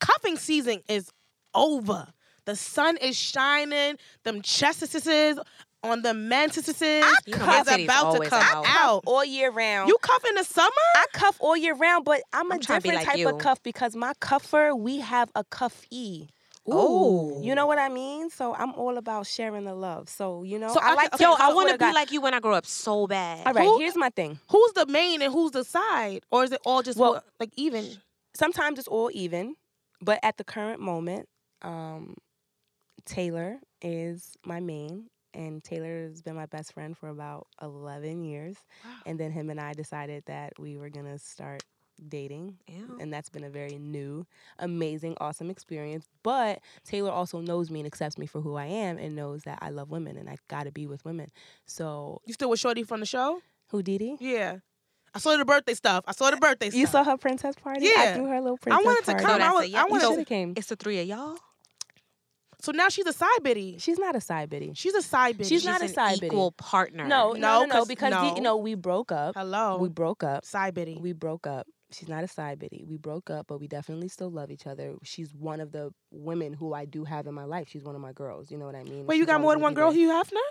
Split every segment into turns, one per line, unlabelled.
cuffing season is over. The sun is shining. Them chestesses on the mantises
You know my
is
titties
about to
always
come
out.
out.
all year round.
You cuff in the summer?
I cuff all year round, but I'm a
I'm trying to
different
be like
type
you.
of cuff because my cuffer, we have a cuffee.
Ooh.
Oh, You know what I mean? So I'm all about sharing the love. So you know,
So I
I
can-
like to
Yo, I
cuff
want
with
to
a
be
guy.
like you when I grow up so bad.
All right,
Who-
here's my thing.
Who's the main and who's the side? Or is it all just
Well-
one- like even?
Sometimes it's all even, but at the current moment, um, Taylor is my main, and Taylor has been my best friend for about 11 years.
Wow.
And then him and I decided that we were gonna start dating
Ew.
and that's been a very new, amazing, awesome experience. But Taylor also knows me and accepts me for who I am and knows that I love women and I gotta be with women. So
You still with Shorty from the show?
Houdini,
Yeah. I saw the birthday stuff. I saw the birthday stuff.
you saw her princess party?
Yeah.
I threw her a little
I
princess
wanted to
party.
come.
No,
I,
that's
was, I
a yes.
wanted
You
So-
should
to.
have came.
It's the three of y'all.
So now she's a side bitty.
She's not a side bitty.
She's a side bitty.
She's not a
an
side bitty.
equal partner.
No,
No, no, no, no,
'cause
because
no.
The, you know we broke up.
Hello.
We broke up.
side bitty.
We broke up. She's not a side bitty. We broke up, but we definitely still love each other. She's one of the women who I do have in my life. She's one of my girls. You know what I mean?
Wait, you
She's
got
always
more than
gonna
one
be
girl,
there.
Hugh Hefner?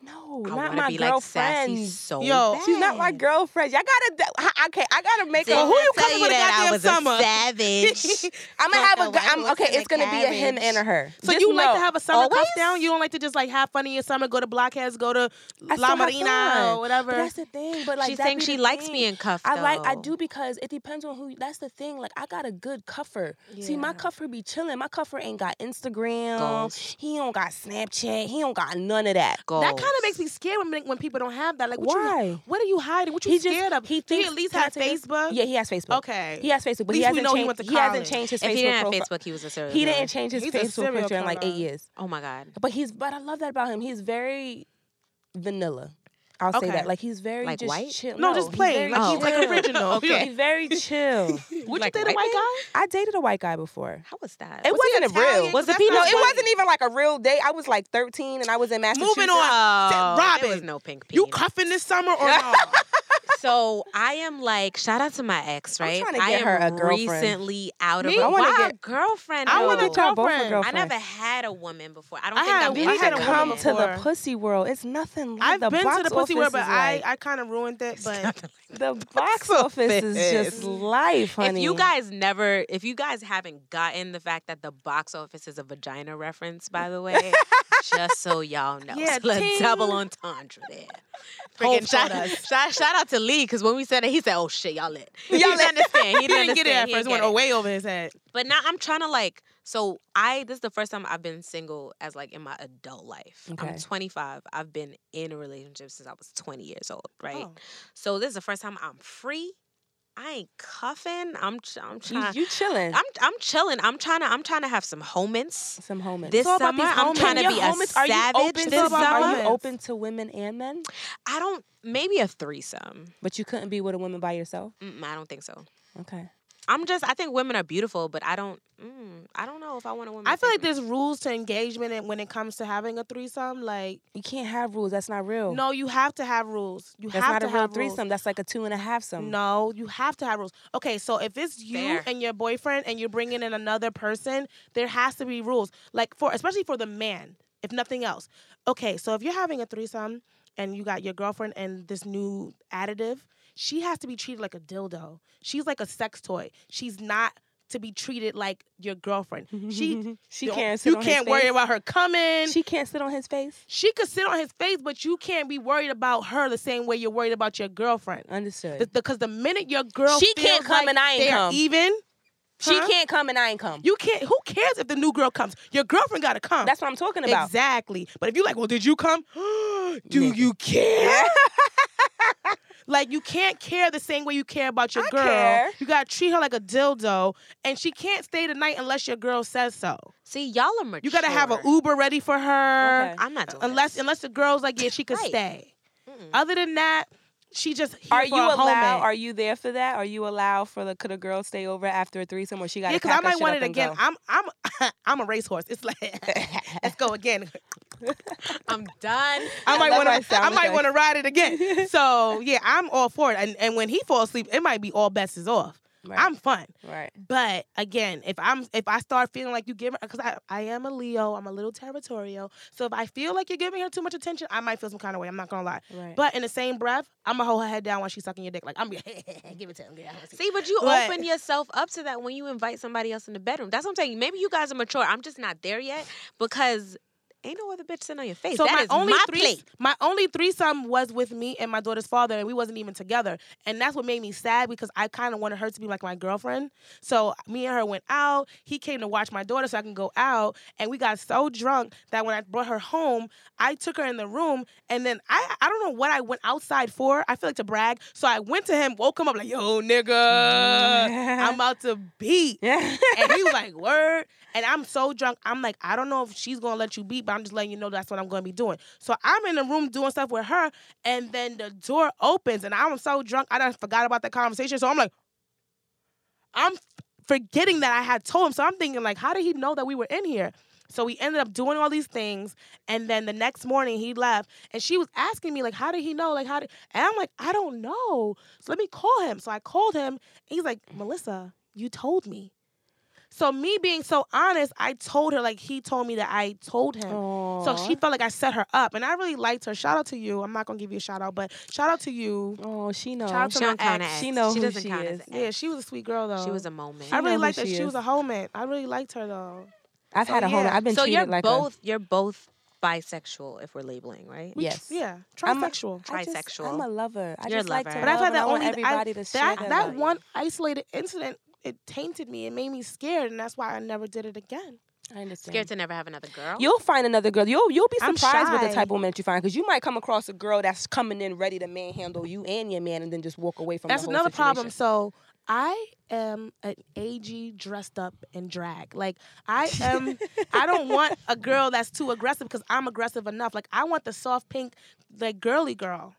No,
I
not
wanna
my
be like
girlfriend.
sassy so
Yo,
bad.
She's not my girlfriend. Y'all gotta. I- Okay, I gotta make
Well,
a.
who you
Tell
coming with a
that I
goddamn
was
summer?
A savage.
I'm gonna
Like
have
the
a. gu-
white
I'm,
horse
okay,
in
it's
the
gonna be a him
carriage.
and a her.
So
Just
you like to
know,
have a summer cuff
always?
down? You don't like to just like have fun in your summer, go to Blockheads, go to La
I still have
Marina
fun.
or
But
whatever.
that's the thing. But like
She's
that
saying
be
she
the
likes
thing.
being cuffed.
I like I
though.
do because it depends on who. That's the thing. Like I got a good cuffer. See,
Yeah.
my cuffer be chilling. My cuffer ain't got Instagram.
Goals.
He don't got Snapchat. He don't got none of that.
Goals.
That kind of makes me scared when when people don't have that. Like, what You,
Why?
what are you hiding? What you
He just-
scared of?
he
Do you
thinks-
at least
can I
have
say this?
Facebook.
Yeah, he has Facebook.
Okay.
He has Facebook,
Least
but
we
he hasn't
know he
changed.
went to
he hasn't
college.
changed his
If
Facebook
he didn't have
profile.
Facebook, he was a serial.
He
killer.
didn't change his
He's a
Facebook
serial
picture in like eight
killer.
years.
Oh my god.
But he's but I love that about him. He's very vanilla. I'll say
Okay.
that. Like he's very
Like
just
white?
chill.
No, just
he's
plain.
very
Like, he's like
chill.
original.
He's very chill.
Would
Like
you date a white
white
guy?
I dated a white guy before.
How was that?
It
Was he
wasn't a
Italian?
real.
'Cause
Was the
that's not
people-
No, it
funny.
wasn't even like a real date. I was like 13 and I was in Massachusetts.
Moving on.
Oh,
Robin,
there was no pink
You
penis.
cuffing this summer or no?
so I am like, shout out to my ex, right?
trying to
I
get
am
her a girlfriend.
recently out of
Me?
a
I
wanna
Why
get-
a girlfriend.
I
though?
want a
Y'all both were
girlfriend.
girlfriends.
I
friend.
never had a woman before. I don't
I
think
had-
I'm
we
We
I
need
had
to
a
come
woman
to the
before.
pussy world. It's nothing. like,
I've
the
been
box
to the pussy world,
office
but
is like-
I I kind of ruined it. But
the box office is just life, honey.
If you guys never, if you guys haven't gotten the fact that the box office is a vagina reference, by the way, just so y'all know,
Yeah,
it's a
ting.
double entendre there.
Friggin'
Oh, shout,
told us.
shout, shout out to Lee because when we said it, he said, "Oh shit, y'all lit." He
Y'all
didn't
lit.
understand. He
he
didn't,
didn't get it
understand.
at
He
first. It
didn't
went
get it.
way over his head.
But now I'm trying to like. So I this is the first time I've been single as like in my adult life. I'm
Okay.
25. I've been in a relationship since I was 20 years old, right?
Oh.
So this is the first time I'm free. I ain't cuffing. I'm ch- I'm
you,
trying.
you chilling.
I'm I'm chilling. I'm trying to I'm trying to have some homins
Some homies.
this
all about
summer.
these
I'm
homies.
trying to
Your
be a
homies, are you
savage
open
this
to,
about
summer.
Are you
homies?
open to women and men?
I don't maybe a threesome.
But you couldn't be with a woman by yourself.
Mm, I don't think so.
Okay.
I'm just I think women are beautiful, but I don't mm, I don't know if I want a woman.
I
to
feel
take
like
me.
there's rules to engagement and when it comes to having a threesome. Like,
You can't have rules. That's not real.
no, you have to have rules. You
Oh. That's
have
not
to
a real
have rules.
threesome. That's like a two and a half some.
No, you have to have rules. Okay, so if it's you
Fair.
and your boyfriend and you're bringing in another person, there has to be rules. Like for especially for the man, if nothing else. Okay, so if you're having a threesome and you got your girlfriend and this new additive, she has to be treated like a dildo. She's like a sex toy. She's not to be treated like your girlfriend. She
Mm-hmm. she can't. Sit
You
on his
can't worry
face.
about her coming.
She can't sit on his face.
she could sit on his face, but you can't be worried about her the same way you're worried about your girlfriend.
Understood.
Because the minute your girl
She can't
feels
come
like
and I ain't
they're
come.
even, huh?
She can't come and I ain't come.
You can't. Who cares if the new girl comes? Your girlfriend gotta come.
That's what I'm talking about.
exactly. But if you like, well, did you come? Do
Nigga.
you care? like you can't care the same way you care about your
I
girl.
care.
You gotta treat her like a dildo, and she can't stay the night unless your girl says so.
see y'all are mature.
You gotta have an Uber ready for her.
Okay.
I'm not doing
Unless
this.
unless the girl's like, yeah, she could
Right.
stay.
Mm-mm.
Other than that, she just here for
Are you
a
allowed?
moment.
Are you there for that? Are you allowed for the could a girl stay over after a threesome or she got?
Yeah, because I might want it again. I'm I'm I'm a racehorse. It's like let's go again.
I'm done.
I might
that
want
might
to
sound
I might
like-
want to ride it again. So yeah, I'm all for it. And and when he falls asleep, it might be all bets is off.
Right.
I'm fun.
right.
But again, if I'm if I start feeling like you give her because I, I am a Leo, I'm a little territorial. So if I feel like you're giving her too much attention, I might feel some kind of way. I'm not gonna lie.
Right.
But in the same breath, I'm gonna hold her head down while she's sucking your dick. Like I'm gonna give it to him. girl. I wanna
See, but you
But-
open yourself up to that when you invite somebody else in the bedroom. That's what I'm saying. Maybe you guys are mature. I'm just not there yet because ain't no other bitch sitting on your face.
So
That
my
is
only
my
threes-
plate.
my only threesome was with me and my daughter's father, and we wasn't even together, and that's what made me sad because I kind of wanted her to be like my girlfriend. So me and her went out. He came to watch my daughter so I can go out, and we got so drunk that when I brought her home, I took her in the room, and then I I don't know what I went outside for. I feel like to brag, so I went to him, woke him up like, "Yo, nigga,
Mm-hmm.
I'm about to beat."
Mm. yeah.
and he was like, "Word." And I'm so drunk. I'm like, I don't know if she's gonna let you beat, but I'm just letting you know that's what I'm gonna be doing. So I'm in the room doing stuff with her, and then the door opens, and I'm so drunk, I done forgot about that conversation. So I'm like, I'm f- forgetting that I had told him. So I'm thinking like, how did he know that we were in here? So we ended up doing all these things, and then the next morning he left, and she was asking me like, "How did he know? Like, how did?" And I'm like, "I don't know." So let me call him. So I called him, and he's like, "Melissa, you told me." So me being so honest, I told her like he told me that I told him. So she felt like I set her up, and I really liked her. Shout out to you. I'm not gonna give you a shout out, but shout out to you.
Oh, she knows.
Shout out to
She don't
my
count
ex.
as.
She know
she
who
doesn't
she
count
is.
as.
Yeah, she was a sweet girl though.
She was a moment.
I
know
really
who
liked that
she
she, was
is.
a homie. I really liked her though.
I've
so
had a whole.
yeah.
I've been
so
treated
you're
like
both you're both bisexual if we're labeling, right?
a, yes.
Yeah,
I'm a-
trisexual.
I just-
Trisexual.
I'm a lover. I
You're a
just like to
lover.
But I've
love
had
and
that
I want
only- I-
everybody to share
that
their
that
value.
one isolated incident it tainted me. It made me scared, and that's why I never did it again.
I understand.
Scared to never have another girl.
You'll find another girl. You'll you'll be
I'm
surprised with the
shy.
type of woman that you find because you might come across a girl that's coming in ready to manhandle you and your man and then just walk away from.
that's
the whole
another problem.
situation.
So I am an AG dressed up in drag. Like I am. I don't want a girl that's too aggressive because I'm aggressive enough. Like I want the soft pink, like girly girl.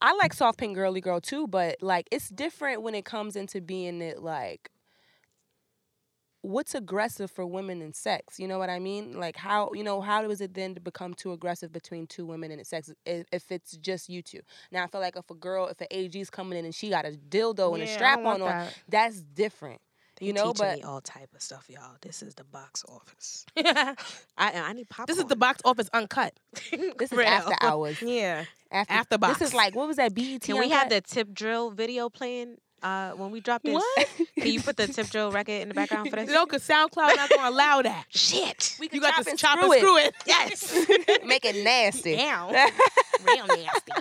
I like soft pink girly girl too, but like it's different when it comes into being it like what's aggressive for women in sex. You know what I mean? Like how you know how does it then become too aggressive between two women in sex if, if it's just you two? Now I feel like if a girl if an AG's coming in and she got a dildo Oh, and
Yeah, I
a
don't
strap
want
on on
that.
that's different. you know,
teaching
but
me all type of stuff, y'all. This is the box office. I I need popcorn.
this is the box office uncut.
this is
Real.
after hours.
Yeah.
After,
After box.
This is like what was that BET?
Can we have
Uncut?
the tip drill video playing uh, when we drop this?
What?
Can you put the tip drill record in the background for this?
No, because SoundCloud not gonna allow that.
Shit.
We
You
could
got
chop
to
and
chop
screw
and
it.
screw it.
yes.
Make it nasty.
Down. Real nasty.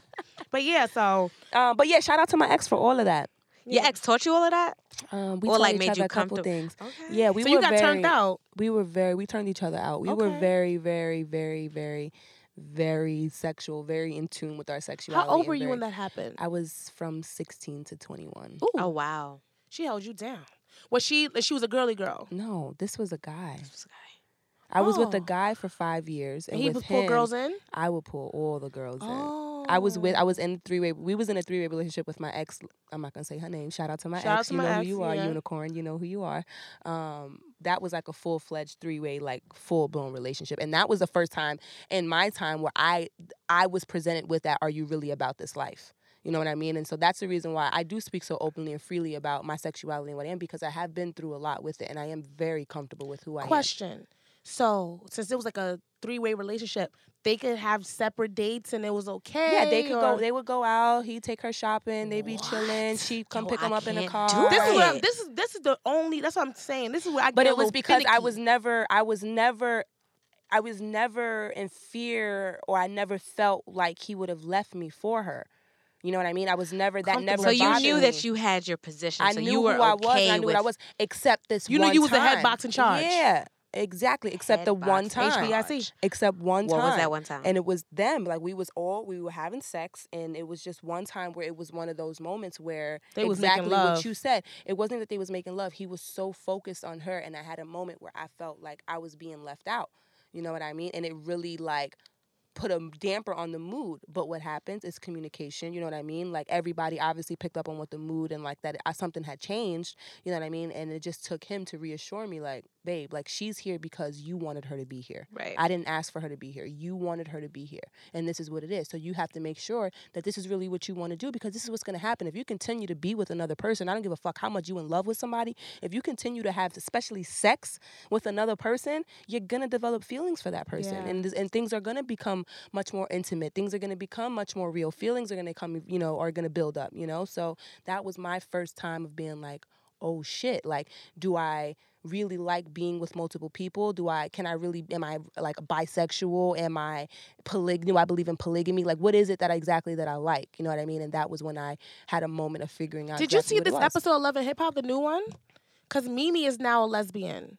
But yeah, so
Uh, but yeah, shout out to my ex for all of that.
Your ex taught you all of that?
Um, we
Or,
told
like,
each
made
other
you
a couple
comfortable.
things.
Okay.
Yeah, we
so
were
you got
very,
turned out.
We were very. We turned each other out. We were
Okay.
very, very, very, very, very sexual. Very in tune with our
How
sexuality.
old
and
were you
very-
when that happened?
I was from 16 to 21.
Ooh,
Oh wow.
she held you down. Was she? She was a girly girl.
No, this was a guy.
This guy.
I was with
Oh.
a guy for five years, and
And he
with
would pull
him,
girls in. Oh,
I would pull all the girls in. I was with. I was in three way. We was in a three way relationship with my ex. I'm not gonna say her name. Shout out to my
Shout out
ex.
to
you
my
know
ex,
who you are,
yeah.
unicorn. You know who you are. Um, that was like a full fledged three way, like full blown relationship, and that was the first time in my time where I I was presented with that. Are you really about this life? You know what I mean? And so that's the reason why I do speak so openly and freely about my sexuality and what I am because I have been through a lot with it, and I am very comfortable with who I am.
Question. So since it was like a three-way relationship, they could have separate dates and it was okay.
Yeah, they could go.
or-
They would go out. He'd take her shopping. They'd be
What?
chilling. She'd come
Yo,
pick
I
him up in the
can't do
car.
this is what I'm,
Right.
this is this is the only. That's what I'm saying. This is where I.
but
get a
it was
little
because I
finicky.
was never, I was never, I was never in fear, or I never felt like he would have left me for her. You know what I mean? I was never that
Comfortable.
never.
So you
bothered
knew
me.
that you had your position.
I
so
knew
you were
who I was.
okay
And I knew
with
what I was, except this.
You knew you
one
was the head
time.
box in charge.
Yeah, exactly. Except the
Headbox
one
in
time.
charge.
HBIC.
Except one
What
time.
was that one time?
And it was them. Like we was all we were having sex, and it was just one time where it was one of those moments where
They was making
exactly
love.
what you said. It wasn't that they was making love. He was so focused on her, and I had a moment where I felt like I was being left out. You know what I mean? And it really like put a damper on the mood. But what happens is communication. You know what I mean? Like everybody obviously picked up on what the mood and like that uh, something had changed. You know what I mean? And it just took him to reassure me, like, babe, like she's here because you wanted her to be here.
Right.
I didn't ask for her to be here. You wanted her to be here, and this is what it is. So you have to make sure that this is really what you want to do because this is what's going to happen if you continue to be with another person. I don't give a fuck how much you in love with somebody. If you continue to have, especially sex with another person, you're gonna develop feelings for that person,
Yeah.
and this, and things are gonna become much more intimate. Things are gonna become much more real. Feelings are gonna come, you know, are gonna build up. You know, so that was my first time of being like, oh shit, like, do I? really like being with multiple people do i can i really am i like bisexual am i polyg do i believe in polygamy like what is it that I, exactly that i like you know what i mean and that was when i had a moment of figuring out
Did you
exactly
see
what it
this
was.
episode of Love and Hip Hop, the new one? Because Mimi is now a lesbian.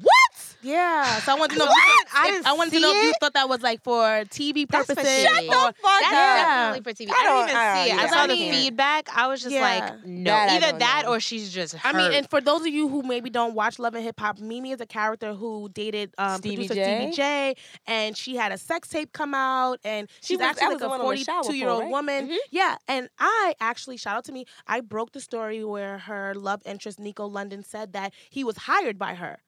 what
Yeah. So I want to know. if you
What?
thought-
I
if-
didn't
I wanted to
see
know if you
it.
thought that was like for TV
That's for
purposes.
TV. Shut the
or-
fuck
That's
Yeah.
definitely for TV. I,
don't-
didn't even
I
see
don't
it. I
either.
saw
I
the
mean-
feedback. I was just
Yeah.
like, no.
That I
Either
don't
that
know.
or she's just
I
hurt.
mean, and for those of you who maybe don't watch Love and Hip Hop, Mimi is a character who dated um,
Stevie
producer
J?
Stevie J, and she had a sex tape come out, and
She
she's
was- that
actually
was
like
the
a
one on the shower
forty-two-year-old
pole, right? Mm-hmm.
woman.
Mhm.
Yeah, and I actually shout out to me. I broke the story where her love interest Nico London said that he was hired by her.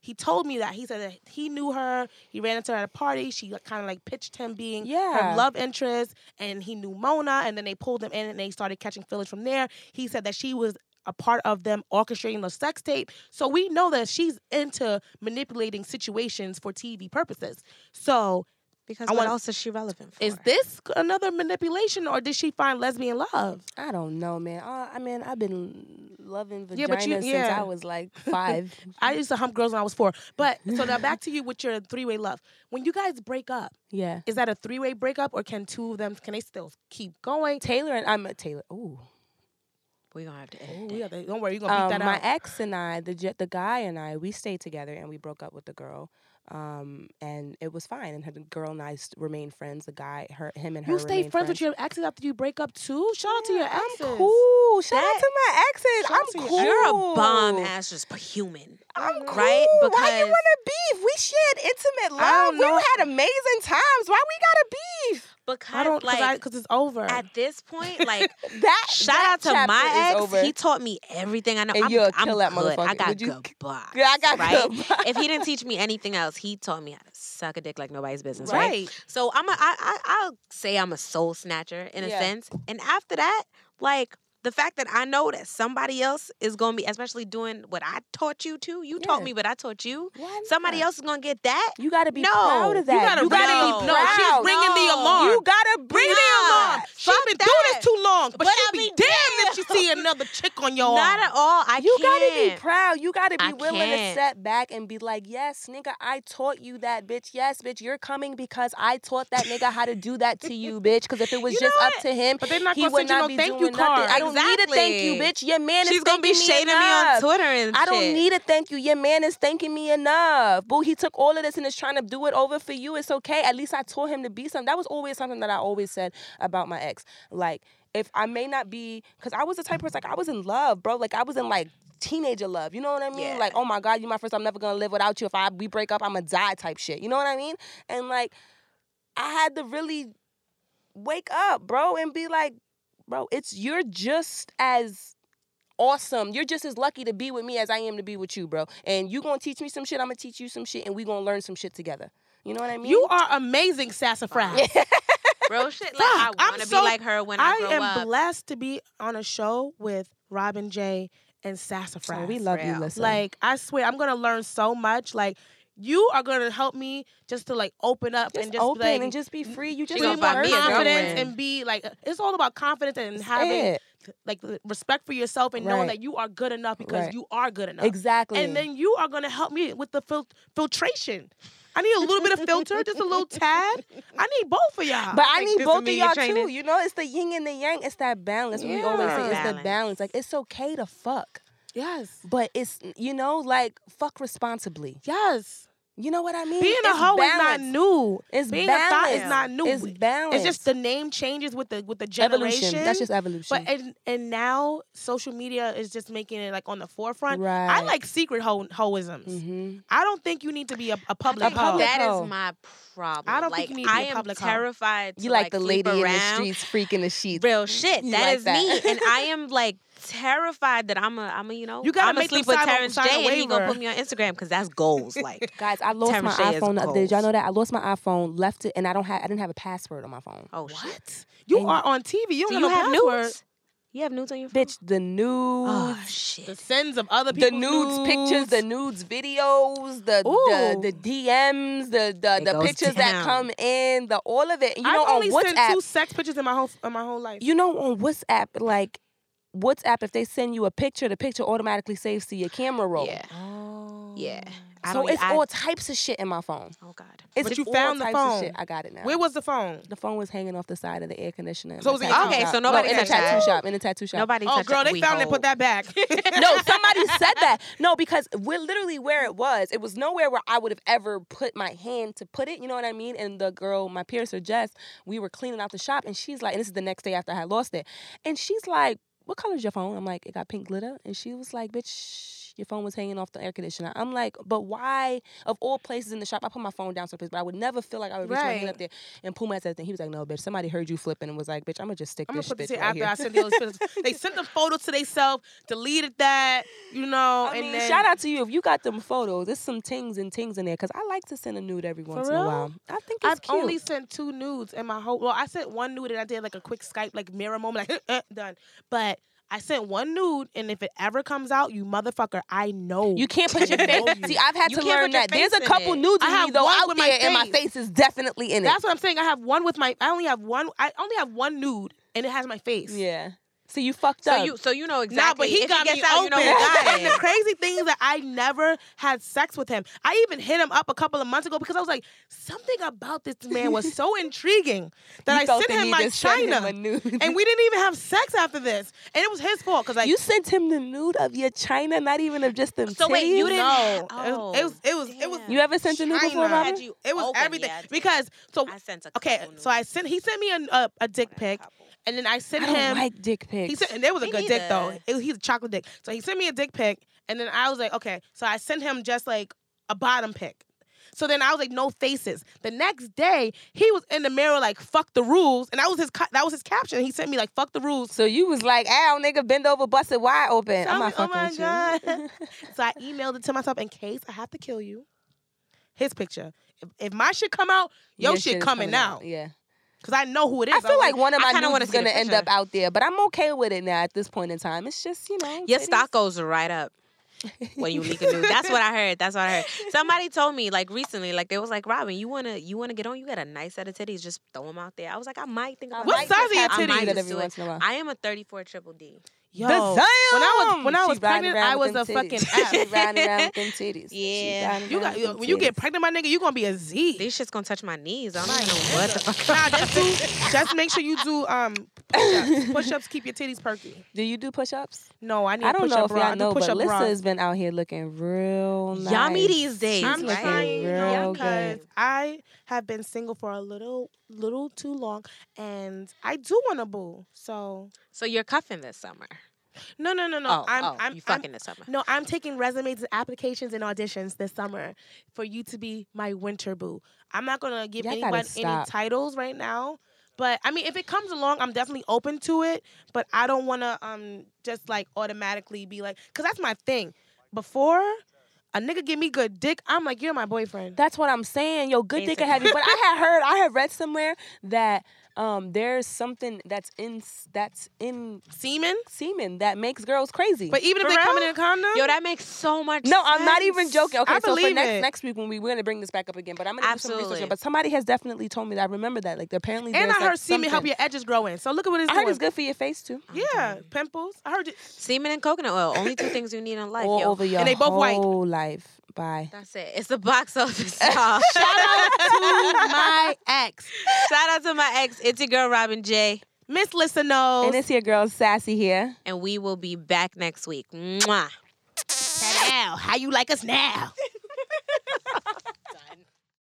He told me that he said that he knew her. He ran into her at a party. She kind of like pitched him being
Yeah.
her love interest, and he knew Mona. And then they pulled him in, and they started catching feelings from there. He said that she was a part of them orchestrating the sex tape. So we know that she's into manipulating situations for TV purposes. So
because
I
what
want-
else is she relevant for?
is this another manipulation or did she find lesbian love?
I don't know, man. Uh, I mean, I've been loving vagina
Yeah, but you-
since
yeah.
I was like five.
I used to hump girls when I was four. But so now back to you with your three way love. When you guys break up,
yeah.
is that a three way breakup or can two of them can they still keep going?
Taylor and I'm a Taylor. Ooh.
We're going to have to
Ooh,
edit
we
that.
gotta- Eh, don't worry, you're gonna
Oh, Um,
beat that
my
out.
ex and I, the ge- the guy and I, we stayed together and we broke up with the girl. Um, and it was fine. And her, the girl and I s- remained friends. The guy, her, him, and her.
you stay
remained
friends, with your exes after you break up too? Shout out to your exes.
I'm cool. Shout
That-
out to my exes.
Shout out to
I'm
your-
cool.
You're a bomb ass just human.
I'm
right?
cool. why you
Because-
want to beef? We shared intimate
I
love.
don't
We
know.
had amazing times. Why we gotta beef?
Because
I don't like
like
because it's over.
at this point, like
That
shout
that
out to my
chapter
ex.
is Over.
He taught me everything I know.
And
I'm,
you'll
I'm
kill that
good. I
motherfucker.
got
Would you-
good box.
Girl, I got
right?
good.
if he didn't teach me anything else, he taught me how to suck a dick like nobody's business, right?
right.
So I'm a, I, I I'll say I'm a soul snatcher in a
Yeah.
sense. And after that, like the fact that I know that somebody else is gonna be, especially doing what I taught you to. You taught
Yeah.
me what I taught you.
Why
Somebody
not?
else is gonna get that.
You gotta be
No,
proud of that.
you gotta
no,
be
no, she's
proud.
bringing the
No.
alarm.
You gotta
Bring
be
the alarm.
proud.
She's
Fuck
been doing
that.
this too long, but,
But
she'll
I'll
be
be
damned if she
damned.
see another chick on your
Not
arm.
at all. I
You
can't.
gotta be proud. You gotta be
I
willing
can't.
to step back and be like, yes, nigga, I taught you that, bitch. Yes, bitch, you're coming because I taught that nigga how to do that to you, bitch. Because if it was
You
just
know
up
what?
to him,
But they're not
he
gonna
would
send you
not
no
be
thank you
doing nothing.
card.
I don't need a thank you, bitch.
Exactly.
Your man is
She's gonna be
thanking
shading me on
enough.
Twitter and
I don't
shit.
need a thank you. Your man is thanking me enough. Boo, he took all of this and is trying to do it over for you. It's okay. At least I told him to be something. That was always something that I always said about my ex. Like, if I may not be, because I was the type of person, like, I was in love, bro. Like, I was in, like, teenager love. You know what I mean?
Yeah.
Like, oh my God, you my first. I'm never going to live without you. If I we break up, I'm going to die type shit. You know what I mean? And, like, I had to really wake up, bro, and be like, bro, it's you're just as awesome. You're just as lucky to be with me as I am to be with you, bro. And you gonna teach me some shit, I'm gonna teach you some shit, and we gonna learn some shit together. You know what I mean?
You are amazing, Sassafras.
Bro, shit. Like
Fuck,
I
I'm
want to be
so-
like her when I,
I
grow
am
up.
blessed to be on a show with Robin J and Sassafras.
Oh, we love you,
Real.
listen.
Like I swear, I'm gonna learn so much. Like you are gonna help me just to like open up
just
and just
open
like
and just be free. You just
gonna
bring
don't
find
more
me a
confidence
girlfriend.
and be like it's all about confidence and having like respect for yourself and knowing
Right.
that you are good enough because
Right.
you are good enough.
Exactly.
And then you are going to help me with the fil- filtration. I need a little bit of filter, just a little tad. I need both of y'all.
But I
Like
need
this
both of
immediate
y'all
training.
too. You know, it's the yin and the yang. It's that balance. We always say it's
Balance.
the balance. Like it's okay to fuck,
yes.
but it's you know like fuck responsibly.
Yes.
You know what I mean?
Being a
It's
hoe
balance.
is not new.
It's
Being
balance.
a thought is not new.
It's balance.
It's just the name changes with the with the generation.
evolution. That's just evolution.
But and and now social media is just making it like on the forefront. I
Right.
like secret ho- hoisms.
Mhm.
I don't think you need to be a, a public
Like,
A
hoe.
public-
that
hoe.
is my problem.
I don't
like,
think you need to be
I
a
am
public hoe.
terrified. To,
You like, the
sleep
lady in the
around.
streets freaking the sheets.
Real shit.
You
That
like
is
that.
me, and I am like terrified that I'm a I'm a you know
You gotta
I'm
make them
sleep with
sign a-
Terrence
sign a
J and he gonna
waiver.
put me on Instagram because that's goals. Like
Guys, I lost
Tamra
my
Shea is
iPhone the other day. Did y'all
goals.
know that? I lost my iPhone, left it, and I don't have I didn't have a password on my phone.
oh shit.
what? You
And-
are on TV. You don't
Do you
know
have
password.
nudes? You have nudes on your phone?
Bitch, the news.
Oh
Oh. Ah, The
shit.
sins of other
the
people.
nudes, pictures, the nudes videos, the
Ooh.
the, the DMs, the the,
It
the
goes
pictures
down.
that come in, the all of it. You know
I've only
on
sent
WhatsApp,
two sex pictures in my whole in my whole life.
you know on WhatsApp like WhatsApp if they send you a picture, the picture automatically saves to your camera roll.
Yeah.
Oh.
Yeah. I
So
don't- e
it's
I-
all types of shit in my phone.
Oh god.
It's
But you
all
found the
types of
phone.
shit. I got it now.
Where was the phone?
the phone was hanging off the side of the air conditioner.
So it
in
was
the
in your
tattoo
Okay,
shop.
so
nobody
no, in the
touched that.
tattoo shop. In the tattoo shop.
Nobody
Oh,
touched
girl,
that
they
we
found it.
hold.
Put that back.
no, somebody said that. No, because we're literally where it was. It was nowhere where I would have ever put my hand to put it. You know what I mean? And the girl, my piercer Jess, we were cleaning out the shop, and she's like, and this is the next day after I had lost it, and she's like, "What color is your phone?" I'm like, "It got pink glitter," and she was like, "Bitch." Your phone was hanging off the air conditioner. I'm like, but why? Of all places in the shop, I put my phone down someplace, but I would never feel like I would reach my hand
Right.
up there. And Puma had said, that he was like, no, bitch, somebody heard you flipping and was like, bitch, I'm gonna just stick
I'm gonna
this
put
bitch
this here
right
after I
here.
send those photos. They sent the photos to themselves, deleted that, you know.
I
Oh, and
mean,
then,
shout out to you if you got them photos. There's some tings and tings in there because I like to send a nude every once in a
real?
while. I think it's
I've
cute.
only sent two nudes in my whole. Well, I sent one nude and I did like a quick Skype like mirror moment, like uh, done. But I sent one nude, and if it ever comes out, you motherfucker, I know
you can't put your
I know
face.
you.
See, I've had
You
to
can't
learn
put your
that. There's
face
a
in
couple
it.
nudes
I
in me
have
though
one
out
with
there,
my
and my
face.
face is definitely in it.
That's what I'm saying. I have one with my. I only have one. I only have one nude, and it has my face.
yeah. So you fucked
So
up.
you so you know exactly.
Nah, but he
if
got
he gets
me
out,
open.
you know who got
and the
it.
crazy thing is that I never had sex with him. I even hit him up a couple of months ago because I was like, something about this man was so intriguing that
You
I
felt
sent
the
him
need
my
to send him
China,
a nude.
and we didn't even have sex after this, and it was his fault because like
you sent him the nude of your China, not even of just them.
So wait, you
titties?
didn't-
no,
Oh,
it was it was it was,
damn.
it
You ever sent a nude
was
before,
China.
Robin?
you
It was
open,
everything
yeah, I did.
because so
I sent a
okay,
couple
so I
nudes.
sent he sent me an, a, a dick pic, and then I sent
I don't
him
like dick pics.
He sent, and there was a
Me
good dick though.
neither.
It was, he's a chocolate dick. So he sent me a dick pic, and then I was like, okay. So I sent him just like a bottom pic. So then I was like, no faces. The next day, he was in the mirror like, fuck the rules, and that was his ca- that was his caption. He sent me like, fuck the rules.
so you was like, ow, nigga, bend over, bust it wide open.
So I
I'm not
was like,
fucking with
oh my
you.
So I emailed it to myself in case I have to kill you. His picture. If, if my shit come out, your shit,
is
coming, out,
Yeah.
cause I know who it is.
I feel
was
like one of
I
my
kinda wanna
nudes is
see the
gonna end
picture.
up out there, but I'm okay with it now at this point in time. It's just you know,
Your
titties.
stock goes right up when you leak a nude. That's what I heard. That's what I heard. Somebody told me like recently, like they was like, Robin, you wanna you wanna get on? You got a nice set of titties, just throw them out there. I was like, I might think about
What
it.
size are your
I might
titties?
just
Every
do it.
once in a while.
I am a 34 triple D.
Yo,
The
when I was when I
She
was
riding
pregnant,
around
I was
with
a
them
fucking
titties.
F.
She riding around with them titties. She
Yeah.
riding
You
around
got
with them
when you get
titties.
pregnant, my nigga, you gonna be a Z.
These shits gonna touch my knees. I don't know what the fuck.
Nah, just do. Just make sure you do um push-ups. Push-ups keep your titties perky.
Do you do push-ups?
No, I need
I
a
don't
push-up
know if
bra. I
y'all
do
know, but
push-up
Lissa
bra.
has been out here looking real nice.
Yummy these days,
I'm
right?
trying
real
y'all,
good.
because I have been single for a little, little too long, and I do want a boo. So
So you're cuffing this summer.
no, no, no, no.
oh,
I'm,
oh,
I'm, I'm-
you fucking this summer.
no, I'm taking resumes and applications and auditions this summer for you to be my winter boo. I'm not gonna give
Y'all gotta
anyone any
stop.
titles right now. But I mean, if it comes along, I'm definitely open to it. But I don't wanna um just like automatically be like, cause that's my thing. Before a nigga give me good dick, I'm like, you're my boyfriend.
That's what I'm saying. Yo, good dick can have you. But I had heard, I had read somewhere that um, there's something that's in that's in
Semen.
semen that makes girls crazy.
But even if
For
they come in
real?
a condom,
Yo, that makes so much
No, I'm not
sense.
even joking. Okay,
I
so for
believe
next
it.
next week when we we're gonna bring this back up again, but I'm gonna do some research. on
Absolutely.
it. But somebody has definitely told me that. I remember that. Like apparently,
and I
there's,
heard
like,
semen help
something.
your edges grow in. So look at what it's
I
doing.
heard it's good Mm-hmm. for your face too.
Yeah, pimples. I heard it.
Semen and coconut oil. Only two things you need in life.
All
yo.
over your
And they both white.
whole life. Bye.
That's it. It's the box office. Shout
Shout out to my ex,
Shout out to my ex. It's your girl Robin J.
Miss Listenos.
And it's your girl Sassy here.
And we will be back next week. Mwah.
Now, how you like us now?